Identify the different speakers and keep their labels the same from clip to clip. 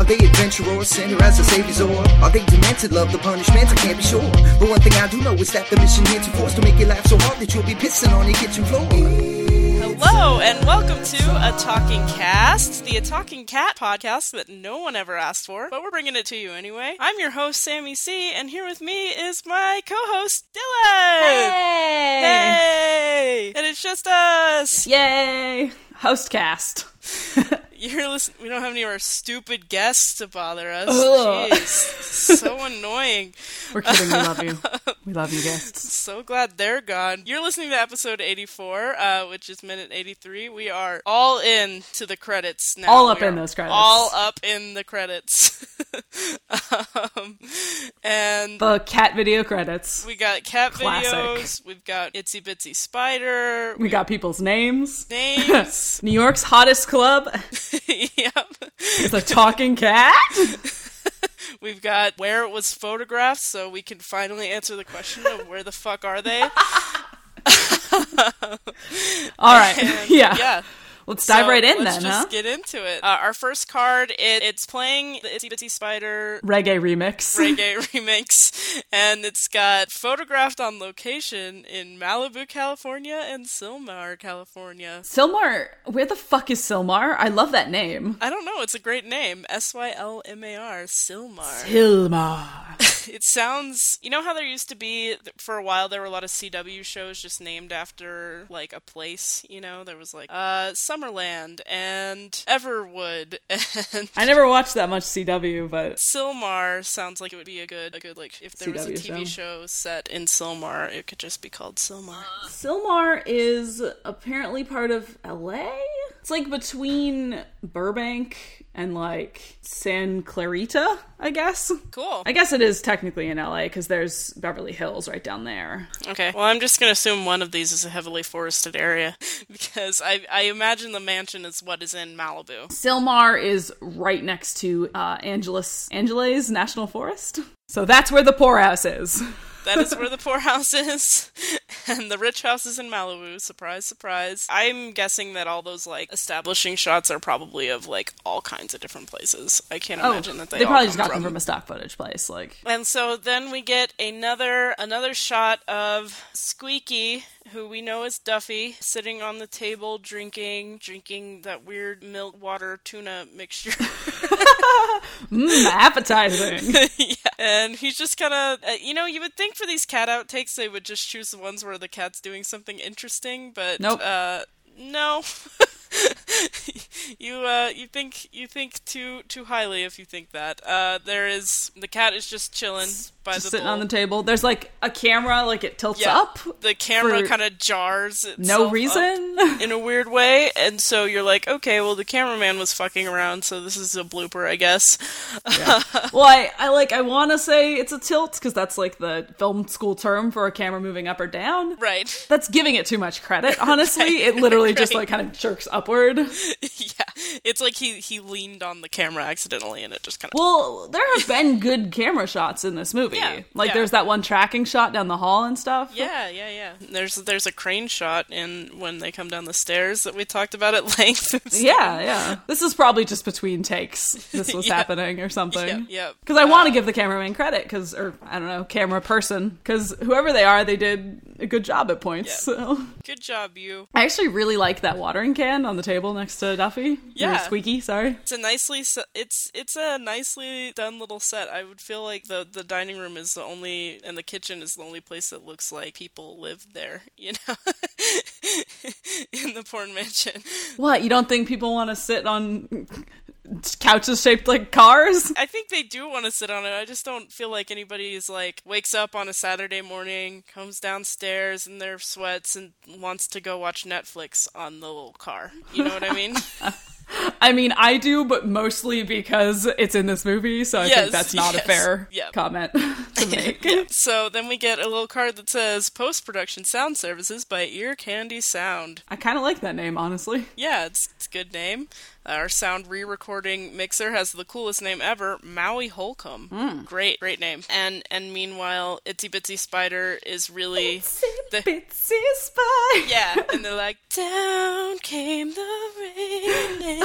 Speaker 1: Are they adventurers, sinner as a savior's or Are they demented, love the punishment? I can't be sure. But one thing I do know is that the mission here to force to make your life so hard that you'll be pissing on your kitchen floor.
Speaker 2: Hello and welcome to A Talking Cast, the A Talking Cat podcast that no one ever asked for, but we're bringing it to you anyway. I'm your host, Sammy C, and here with me is my co host, Dylan!
Speaker 3: Hey!
Speaker 2: Hey! And it's just us!
Speaker 3: Yay! Host cast.
Speaker 2: You're listening, we don't have any of our stupid guests to bother us.
Speaker 3: Ugh.
Speaker 2: Jeez, so annoying.
Speaker 3: We're kidding. We love you. We love you guests.
Speaker 2: So glad they're gone. You're listening to episode 84, uh, which is minute 83. We are all in to the credits now.
Speaker 3: All up
Speaker 2: We
Speaker 3: in
Speaker 2: are
Speaker 3: those credits.
Speaker 2: All up in the credits. um, and
Speaker 3: The cat video credits.
Speaker 2: we got cat
Speaker 3: Classic.
Speaker 2: videos. We've got Itsy Bitsy Spider.
Speaker 3: We got people's names.
Speaker 2: names.
Speaker 3: New York's hottest club
Speaker 2: yep.
Speaker 3: is a talking cat.
Speaker 2: We've got where it was photographed, so we can finally answer the question of where the fuck are they?
Speaker 3: All right. yeah.
Speaker 2: Yeah.
Speaker 3: Let's dive
Speaker 2: So
Speaker 3: right in
Speaker 2: let's
Speaker 3: then,
Speaker 2: just
Speaker 3: huh?
Speaker 2: get into it. Uh, our first card, it, it's playing the Itsy Bitsy Spider
Speaker 3: Reggae remix.
Speaker 2: reggae remix, and it's got photographed on location in Malibu, California, and Silmar, California.
Speaker 3: Silmar. Where the fuck is Silmar? I love that name.
Speaker 2: I don't know. It's a great name. S Y L M A R, Silmar.
Speaker 3: Silmar.
Speaker 2: It sounds. You know how there used to be for a while. There were a lot of CW shows just named after like a place. You know, there was like uh, Summerland and Everwood and
Speaker 3: I never watched that much CW, but
Speaker 2: Silmar sounds like it would be a good, a good like if there was a
Speaker 3: CW
Speaker 2: TV show set in Silmar, it could just be called Silmar.
Speaker 3: Silmar is apparently part of LA. It's like between Burbank and like San Clarita, I guess.
Speaker 2: Cool.
Speaker 3: I guess it is technically in LA because there's Beverly Hills right down there.
Speaker 2: Okay. Well, I'm just gonna assume one of these is a heavily forested area because I, I imagine the mansion is what is in Malibu.
Speaker 3: Silmar is right next to uh, Angeles Angeles National Forest. So that's where the poorhouse is.
Speaker 2: That is where the poor house is, and the rich house is in Malibu. Surprise, surprise. I'm guessing that all those like establishing shots are probably of like all kinds of different places. I can't imagine that they, all
Speaker 3: Oh, probably just
Speaker 2: come
Speaker 3: got them from a stock footage place. Like
Speaker 2: And so then we get another another shot of Squeaky, who we know is Duffy, sitting on the table drinking drinking that weird milk water tuna mixture.
Speaker 3: mm, appetizing.
Speaker 2: yeah. And he's just kind of uh, you know, you would think for these cat outtakes they would just choose the ones where the cat's doing something interesting, but
Speaker 3: Nope.
Speaker 2: uh no. you uh you think you think too too highly if you think that. Uh there is the cat is just chilling by
Speaker 3: just
Speaker 2: the
Speaker 3: sitting
Speaker 2: bowl.
Speaker 3: on the table. There's like a camera, like it tilts
Speaker 2: Yeah,
Speaker 3: up.
Speaker 2: The camera
Speaker 3: for
Speaker 2: kind of jars. itself
Speaker 3: No
Speaker 2: up
Speaker 3: reason.
Speaker 2: in a weird way, and so you're like, okay, well, the cameraman was fucking around, so this is a blooper, I guess.
Speaker 3: Well, I, I like I want to say it's a tilt because that's like the film school term for a camera moving up or down.
Speaker 2: Right.
Speaker 3: That's giving it too much credit, honestly. it literally just like kind of jerks upward.
Speaker 2: yeah. It's like he he leaned on the camera accidentally, and it just kind of.
Speaker 3: Well, there have been good camera shots in this movie.
Speaker 2: Yeah,
Speaker 3: like
Speaker 2: yeah.
Speaker 3: there's that one tracking shot down the hall and stuff.
Speaker 2: yeah, yeah, yeah. There's there's a crane shot in when they come down the stairs that we talked about at length. It's-
Speaker 3: Yeah, yeah. This is probably just between takes. This was
Speaker 2: Yeah.
Speaker 3: happening or something.
Speaker 2: Yep, yep.
Speaker 3: Because I want to give the cameraman credit, because or I don't know, camera person, because whoever they are, they did a good job at points. So
Speaker 2: Good job, you.
Speaker 3: I actually really like that watering can on the table next to Duffy.
Speaker 2: Yeah.
Speaker 3: Or Squeaky, sorry.
Speaker 2: It's a nicely se- it's it's a nicely done little set. I would feel like the the dining room is the only and the kitchen is the only place that looks like people live there. You know, Unicorn Mansion.
Speaker 3: What, you don't think people want to sit on couches shaped like cars?
Speaker 2: I think they do want to sit on it. I just don't feel like anybody is like wakes up on a Saturday morning, comes downstairs in their sweats, and wants to go watch Netflix on the little car. You know what I mean?
Speaker 3: I mean, I do, but mostly because it's in this movie, so I
Speaker 2: Yes,
Speaker 3: think that's not
Speaker 2: yes,
Speaker 3: a fair
Speaker 2: yep.
Speaker 3: comment to make.
Speaker 2: Yeah. So then we get a little card that says post production sound services by Ear Candy Sound.
Speaker 3: I kind of like that name, honestly.
Speaker 2: Yeah, it's, it's a good name. Our sound re recording mixer has the coolest name ever, Maui Holcomb.
Speaker 3: Hmm.
Speaker 2: Great, great name. And and meanwhile, Itsy Bitsy Spider is really the
Speaker 3: Bitsy spy.
Speaker 2: Yeah. And they're like, Down came the rain and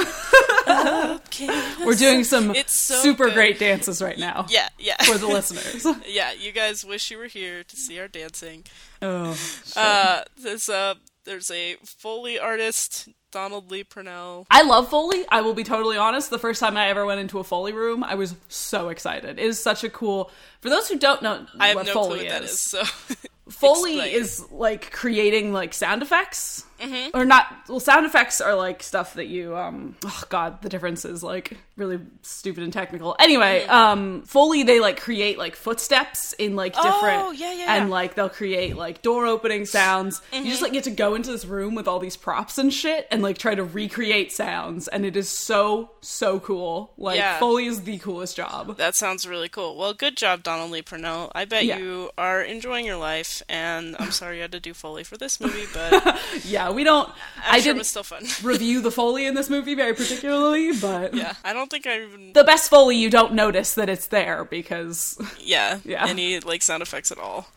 Speaker 2: up came the
Speaker 3: We're doing some
Speaker 2: It's so
Speaker 3: super
Speaker 2: good.
Speaker 3: great dances right now
Speaker 2: sun." Yeah, yeah.
Speaker 3: for the listeners.
Speaker 2: yeah, you guys wish you were here to see our dancing.
Speaker 3: Oh.
Speaker 2: Uh, there's a there's a Foley artist, Donald Lee Purnell.
Speaker 3: I love Foley. I will be totally honest. The first time I ever went into a Foley room, I was so excited. It is such a cool. For those who don't know
Speaker 2: I have
Speaker 3: what
Speaker 2: no
Speaker 3: Foley
Speaker 2: clue what that is. So
Speaker 3: Foley
Speaker 2: Explain.
Speaker 3: is like creating like sound effects, mm-hmm. or not. Well, sound effects are like stuff that you. um Oh God, the difference is like really stupid and technical. Anyway,
Speaker 2: Mm-hmm.
Speaker 3: um Foley they like create like footsteps in like different.
Speaker 2: Oh, yeah, yeah,
Speaker 3: And
Speaker 2: yeah. Mm-hmm.
Speaker 3: like they'll create like door opening sounds. You just like get to go into this room with all these props and shit, and like try to recreate sounds, and it is so so cool. Like
Speaker 2: Yeah.
Speaker 3: Foley is the coolest job.
Speaker 2: that sounds really cool. Well, good job, Donald Lee Purnell. I bet
Speaker 3: Yeah.
Speaker 2: you are enjoying your life, and I'm sorry you had to do Foley for this movie, but I'm
Speaker 3: Yeah, we don't. I
Speaker 2: sure
Speaker 3: didn't
Speaker 2: it was still fun.
Speaker 3: review the Foley in this movie very particularly, but
Speaker 2: yeah, I don't think I even
Speaker 3: the best Foley you don't notice that it's there because
Speaker 2: yeah,
Speaker 3: Yeah.
Speaker 2: any like sound effects at all.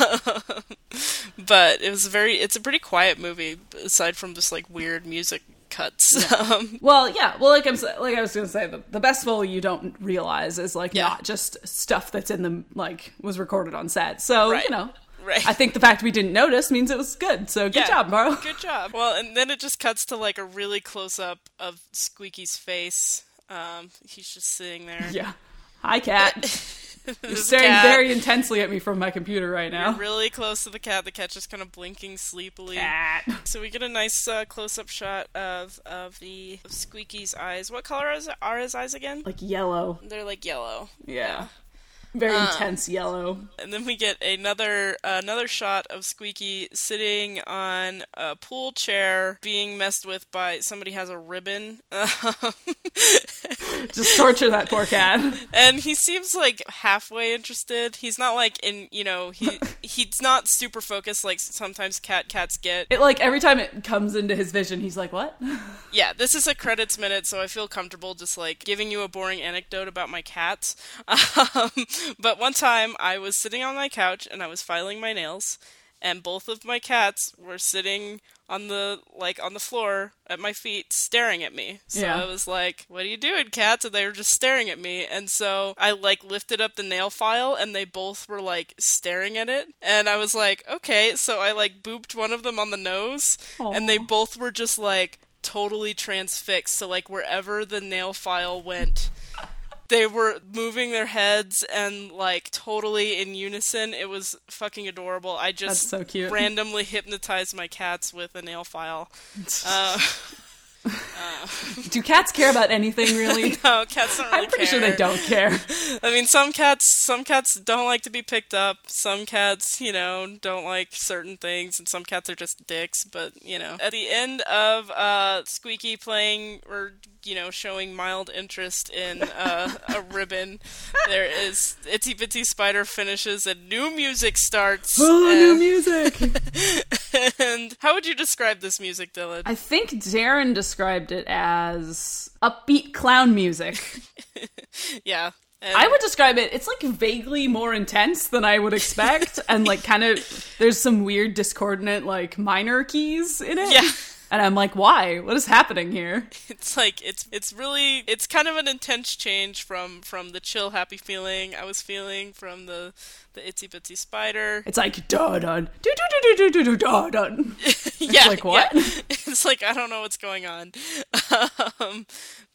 Speaker 2: but it was a very it's a pretty quiet movie aside from just like weird music cuts. Um,
Speaker 3: well, yeah, well like I'm s- like I was going to say the, the best Foley you don't realize is like not just stuff that's in the like was recorded on set. So,
Speaker 2: Right.
Speaker 3: you know,
Speaker 2: right.
Speaker 3: I think the fact we didn't notice means it was good. So, good
Speaker 2: Yeah.
Speaker 3: job, Marl.
Speaker 2: Good job. Well, and then it just cuts to like a really close up of Squeaky's face. Um, he's just sitting there.
Speaker 3: Yeah. Hi, cat. You're
Speaker 2: There's a
Speaker 3: staring
Speaker 2: cat
Speaker 3: very intensely at me from my computer right now.
Speaker 2: really close to the cat. The cat's just kind of blinking sleepily.
Speaker 3: Cat.
Speaker 2: So we get a nice uh, close up shot of of the of Squeaky's eyes. What color is, are his eyes again?
Speaker 3: Like yellow.
Speaker 2: They're like yellow.
Speaker 3: Yeah. Very
Speaker 2: Uh.
Speaker 3: intense yellow.
Speaker 2: And then we get another another shot of Squeaky sitting on a pool chair, being messed with by somebody has a ribbon.
Speaker 3: Just torture that poor cat.
Speaker 2: and he seems like halfway interested. He's not like in you know he he's not super focused like sometimes cat cats get.
Speaker 3: It like every time it comes into his vision, he's like, "What?"
Speaker 2: Yeah, this is a credits minute, so I feel comfortable just like giving you a boring anecdote about my cats. Um, but one time I was sitting on my couch and I was filing my nails, and both of my cats were sitting on the like on the floor at my feet staring at me. So
Speaker 3: Yeah.
Speaker 2: I was like, "What are you doing, cats?" And they were just staring at me. And so I like lifted up the nail file and they both were like staring at it. And I was like, "Okay." So I like booped one of them on the nose and they both were just like totally transfixed. So like wherever the nail file went, they were moving their heads and like totally in unison. It was fucking adorable. I just
Speaker 3: That's so cute.
Speaker 2: randomly hypnotized my cats with a nail file. Uh,
Speaker 3: Do cats care about anything really?
Speaker 2: no, cats don't really
Speaker 3: I'm pretty
Speaker 2: care.
Speaker 3: sure they don't care.
Speaker 2: I mean, some cats, some cats don't like to be picked up. Some cats, you know, don't like certain things, and some cats are just dicks. But you know, at the end of uh, Squeaky playing or you know showing mild interest in uh, a ribbon, there is Itsy Bitsy Spider finishes and new music starts.
Speaker 3: Oh,
Speaker 2: and,
Speaker 3: new music.
Speaker 2: and how would you describe this music, Dylan?
Speaker 3: I think Darren described it as upbeat clown music.
Speaker 2: yeah. And-
Speaker 3: I would describe it. It's like vaguely more intense than I would expect, and like kind of there's some weird discordant like minor keys in it.
Speaker 2: Yeah.
Speaker 3: And I'm like, why? What is happening here?
Speaker 2: it's like it's it's really it's kind of an intense change from from the chill happy feeling I was feeling from the the itsy bitsy spider.
Speaker 3: It's like da dun do do do do do do da dun.
Speaker 2: yeah,
Speaker 3: like, what?
Speaker 2: yeah. It's like I don't know what's going on. Um,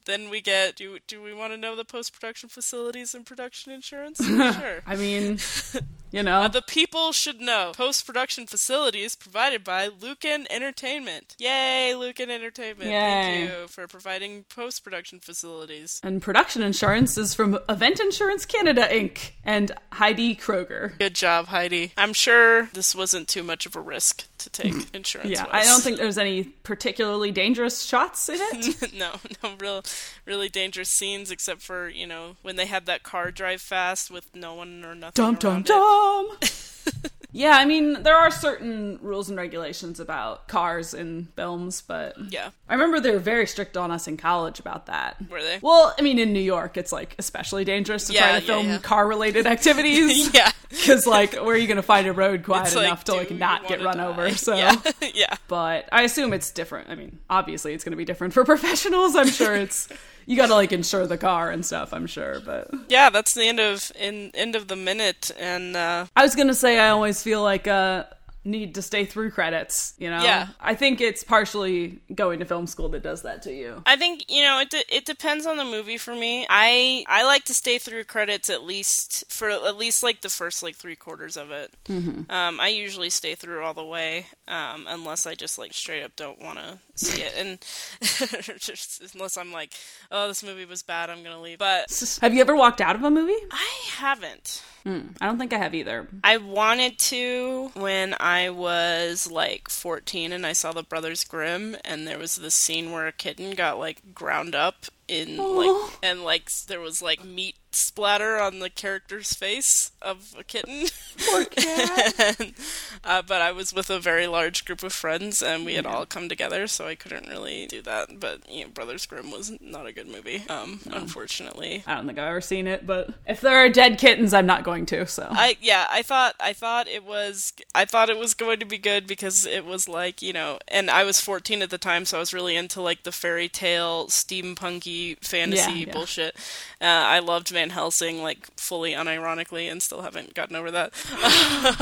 Speaker 2: Then we get do do we want to know the post production facilities and production insurance? sure.
Speaker 3: I mean, you know,
Speaker 2: The people should know. Post production facilities provided by Lucan Entertainment. Yay, Lucan Entertainment. Thank
Speaker 3: Yay.
Speaker 2: you for providing post production facilities.
Speaker 3: and production insurance is from Event Insurance Canada Inc. and Heidi Kroger.
Speaker 2: Good job, Heidi. I'm sure this wasn't too much of a risk to take insurance.
Speaker 3: Mm. Yeah, I don't think there's any particularly dangerous shots in it.
Speaker 2: no, no real really dangerous scenes except for, you know, when they had that car drive fast with no one or nothing.
Speaker 3: dum dum
Speaker 2: around it.
Speaker 3: dum. yeah, I mean, there are certain rules and regulations about cars in films, but
Speaker 2: Yeah.
Speaker 3: I remember they were very strict on us in college about that.
Speaker 2: Were they?
Speaker 3: Well, I mean, in New York, it's like especially dangerous to
Speaker 2: Yeah,
Speaker 3: try
Speaker 2: yeah,
Speaker 3: to film
Speaker 2: yeah.
Speaker 3: car-related activities.
Speaker 2: Yeah.
Speaker 3: Because, like, where are you going to find a road quiet
Speaker 2: It's like,
Speaker 3: enough to, like,
Speaker 2: do you
Speaker 3: not get
Speaker 2: wanna
Speaker 3: run
Speaker 2: die?
Speaker 3: over? So,
Speaker 2: Yeah. yeah.
Speaker 3: but I assume it's different. I mean, obviously, it's going to be different for professionals. I'm sure it's, you got to, like, insure the car and stuff, I'm sure. But
Speaker 2: Yeah, that's the end of in end of the minute and uh
Speaker 3: I was gonna say I always feel like uh need to stay through credits, you know?
Speaker 2: Yeah.
Speaker 3: I think it's partially going to film school that does that to you.
Speaker 2: I think you know it. De- it depends on the movie for me. I I like to stay through credits at least for at least like the first like three quarters of it. Um, I usually stay through all the way um, unless I just like straight up don't want to see it, and just, unless I'm like, oh, this movie was bad, I'm gonna leave. But
Speaker 3: Have you ever walked out of a movie?
Speaker 2: I haven't.
Speaker 3: I don't think I have either.
Speaker 2: I wanted to when I was like 14 and I saw the Brothers Grimm and there was this scene where a kitten got like ground up in
Speaker 3: Aw.
Speaker 2: like and like s- there was like meat splatter on the character's face of a kitten. And, uh, but I was with a very large group of friends and we had all come together so I couldn't really do that. But you know, Brothers Grimm was not a good movie, um, unfortunately.
Speaker 3: I don't think I've ever seen it, but if there are dead kittens, I'm not going to, so.
Speaker 2: I yeah, I thought I thought it was I thought it was going to be good because it was like, you know, and I was 14 at the time, so I was really into like the fairy tale steampunky fantasy
Speaker 3: Yeah, yeah.
Speaker 2: bullshit. Uh, I loved Van Helsing like fully unironically and still haven't gotten over that.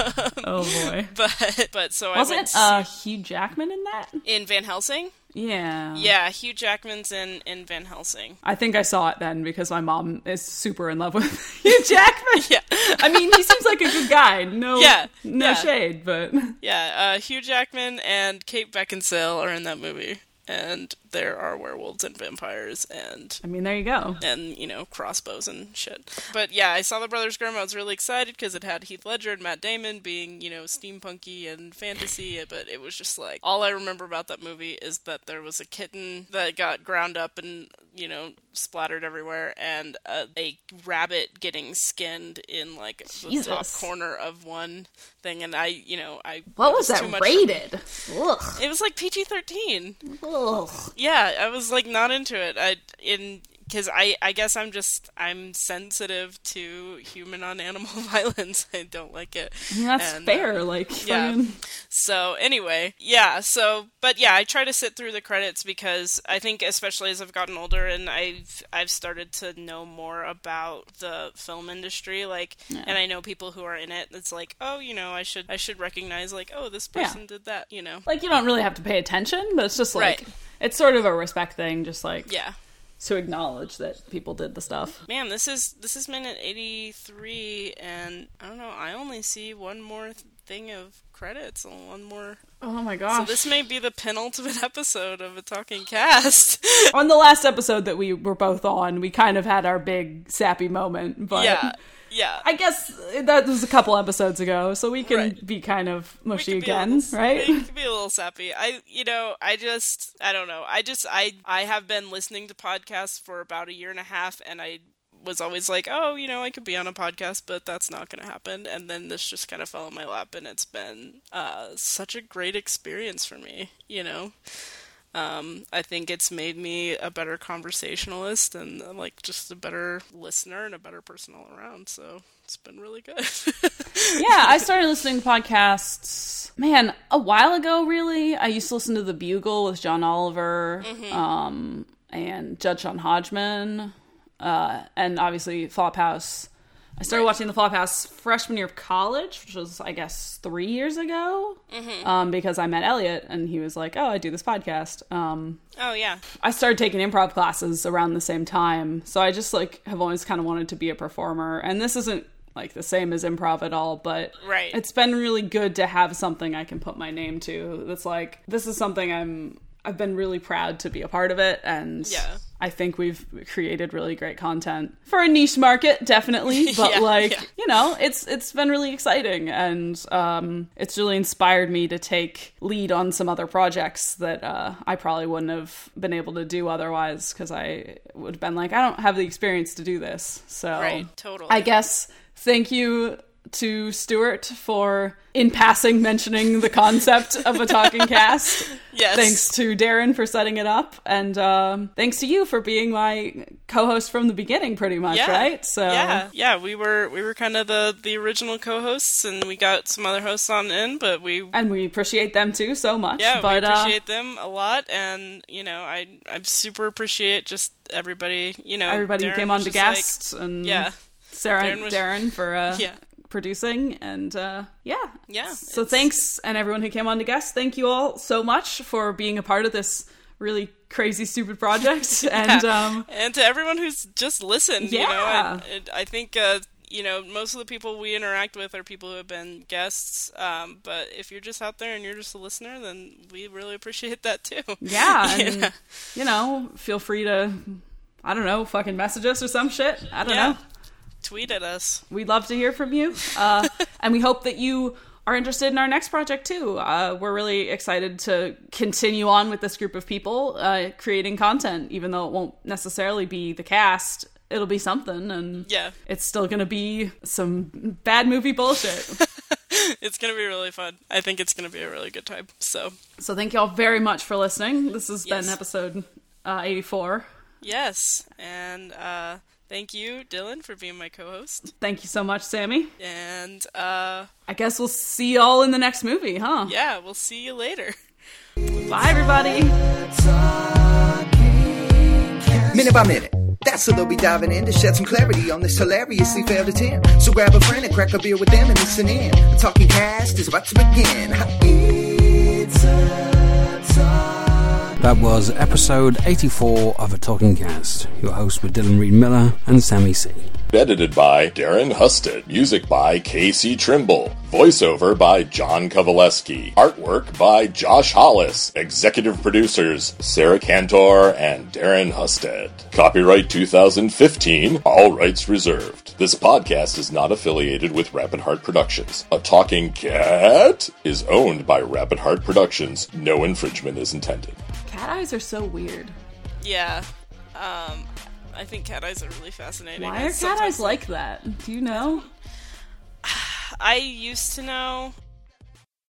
Speaker 3: oh boy.
Speaker 2: but but so I went
Speaker 3: Wasn't uh, Hugh Jackman in that?
Speaker 2: in Van Helsing?
Speaker 3: Yeah.
Speaker 2: Yeah, Hugh Jackman's in in Van Helsing.
Speaker 3: I think I saw it then because my mom is super in love with Hugh Jackman.
Speaker 2: Yeah.
Speaker 3: I mean, he seems like a good guy. No,
Speaker 2: Yeah,
Speaker 3: no
Speaker 2: yeah.
Speaker 3: shade, but
Speaker 2: Yeah, uh, Hugh Jackman and Kate Beckinsale are in that movie. And there are werewolves and vampires and
Speaker 3: I mean, there you go.
Speaker 2: and you know crossbows and shit. But yeah, I saw the Brothers Grimm. I was really excited because it had Heath Ledger and Matt Damon being you know steampunky and fantasy. But it was just like all I remember about that movie is that there was a kitten that got ground up and you know splattered everywhere, and uh, a rabbit getting skinned in like the
Speaker 3: Jesus.
Speaker 2: top corner of one thing. And I you know I
Speaker 3: What
Speaker 2: it
Speaker 3: was
Speaker 2: too
Speaker 3: that
Speaker 2: much-
Speaker 3: rated? Ugh.
Speaker 2: It was like PG thirteen.
Speaker 3: Ugh.
Speaker 2: Yeah, I was like not into it. I in because I I guess I'm just I'm sensitive to human on animal violence. I don't like it.
Speaker 3: That's
Speaker 2: And, uh,
Speaker 3: fair. like,
Speaker 2: yeah.
Speaker 3: fucking-
Speaker 2: so anyway, yeah. So, but yeah, I try to sit through the credits because I think, especially as I've gotten older and I've I've started to know more about the film industry, like, and I know people who are in it. It's like, oh, you know, I should I should recognize, like, oh, this
Speaker 3: Yeah.
Speaker 2: person did that, you know,
Speaker 3: like you don't really have to pay attention, but it's just like
Speaker 2: Right.
Speaker 3: it's sort of a respect thing, just like
Speaker 2: yeah.
Speaker 3: to acknowledge that people did the stuff.
Speaker 2: Man, this is this is minute eighty three, and I don't know. I only see one more th- thing of credits and one more.
Speaker 3: Oh my
Speaker 2: So
Speaker 3: gosh!
Speaker 2: this may be the penultimate episode of a talking cast.
Speaker 3: on the last episode that we were both on, we kind of had our big sappy moment, but
Speaker 2: yeah, yeah.
Speaker 3: I guess that was a couple episodes ago, so we can
Speaker 2: Right.
Speaker 3: be kind of
Speaker 2: We
Speaker 3: mushy
Speaker 2: could be a
Speaker 3: again,
Speaker 2: little-
Speaker 3: right?
Speaker 2: We could be a little sappy. I, you know, I just, I don't know. I just, I, I have been listening to podcasts for about a year and a half, and I was always like, oh, you know, I could be on a podcast, but that's not going to happen. And then this just kind of fell in my lap, and it's been uh, such a great experience for me. You know, um, I think it's made me a better conversationalist and uh, like just a better listener and a better person all around. So it's been really good.
Speaker 3: yeah, I started listening to podcasts, man, a while ago, really. I used to listen to The Bugle with John Oliver
Speaker 2: Mm-hmm.
Speaker 3: um, and Judge John Hodgman, uh, and obviously Flophouse. I started watching The Flophouse freshman year of college, which was, I guess, three years ago,
Speaker 2: Mm-hmm.
Speaker 3: um, because I met Elliot and he was like, "Oh, I do this podcast." Um,
Speaker 2: Oh yeah.
Speaker 3: I started taking improv classes around the same time, so I just like have always kind of wanted to be a performer, and this isn't like the same as improv at all, but
Speaker 2: Right.
Speaker 3: it's been really good to have something I can put my name to. That's like this is something I'm. I've been really proud to be a part of it, and
Speaker 2: Yeah.
Speaker 3: I think we've created really great content for a niche market, definitely. But
Speaker 2: Yeah,
Speaker 3: like,
Speaker 2: yeah.
Speaker 3: you know, it's it's been really exciting, and um, it's really inspired me to take lead on some other projects that uh, I probably wouldn't have been able to do otherwise because I would have been like, I don't have the experience to do this. So,
Speaker 2: Right, totally.
Speaker 3: I guess thank you. To Stuart for in passing mentioning the concept of a talking cast.
Speaker 2: Yes.
Speaker 3: Thanks to Darren for setting it up, and um, thanks to you for being my co-host from the beginning, pretty much, right? So
Speaker 2: yeah, yeah, we were we were kind of the the original co-hosts, and we got some other hosts on in, but we
Speaker 3: and we appreciate them too so much.
Speaker 2: yeah
Speaker 3: but uh,
Speaker 2: we appreciate them a lot, and you know I I super appreciate just everybody you know
Speaker 3: uh, everybody who
Speaker 2: Darren
Speaker 3: came
Speaker 2: was
Speaker 3: on to
Speaker 2: just like-
Speaker 3: guest and
Speaker 2: yeah,
Speaker 3: Sarah
Speaker 2: Darren
Speaker 3: and
Speaker 2: was-
Speaker 3: Darren for uh,
Speaker 2: Yeah.
Speaker 3: producing and uh, yeah
Speaker 2: Yeah,
Speaker 3: So
Speaker 2: it's-
Speaker 3: thanks and everyone who came on to guest. Thank you all so much for being a part of this really crazy stupid project and um,
Speaker 2: and to everyone who's just listened, you know,
Speaker 3: Yeah.
Speaker 2: I, it- I think uh, you know most of the people we interact with are people who have been guests. Um, but if you're just out there and you're just a listener, then we really appreciate that too.
Speaker 3: Yeah,
Speaker 2: You
Speaker 3: and
Speaker 2: know?
Speaker 3: you know, feel free to I don't know, fucking message us or some shit. I don't
Speaker 2: Yeah.
Speaker 3: know.
Speaker 2: tweet at us.
Speaker 3: We'd love to hear from you, uh, and we hope that you are interested in our next project too. Uh, we're really excited to continue on with this group of people uh, creating content, even though it won't necessarily be the cast. It'll be something, and
Speaker 2: Yeah.
Speaker 3: it's still gonna be some bad movie bullshit.
Speaker 2: It's going to be really fun. I think it's going to be a really good time. So,
Speaker 3: so thank you all very much for listening. This has
Speaker 2: Yes.
Speaker 3: been episode uh, eighty-four.
Speaker 2: yes. And uh, thank you, Dylan, for being my co host.
Speaker 3: Thank you so much, Sammy.
Speaker 2: And uh,
Speaker 3: I guess we'll see y'all in the next movie, huh?
Speaker 2: yeah, we'll see you later.
Speaker 3: Bye, everybody.
Speaker 1: Minute by minute. That's what they'll be diving in to shed some clarity on this hilariously failed attempt. So grab a friend and crack a beer with them and listen in. The talking cast is about to begin. It's
Speaker 4: That was episode 84 of A Talking Cast. Your hosts were Dylan Reed Miller and Sammy C.
Speaker 5: Edited by Darren Husted. Music by Casey Trimble. Voiceover by John Kovaleski. Artwork by Josh Hollis. Executive producers Sarah Cantor and Darren Husted. Copyright 2015. All rights reserved. This podcast is not affiliated with Rapid Heart Productions. A Talking Cat is owned by Rapid Heart Productions. No infringement is intended.
Speaker 3: Cat eyes are so weird.
Speaker 2: Yeah. Um, I think cat eyes are really fascinating.
Speaker 3: Why
Speaker 2: I
Speaker 3: are cat
Speaker 2: sometimes-
Speaker 3: eyes like that? Do you know?
Speaker 2: I used to know.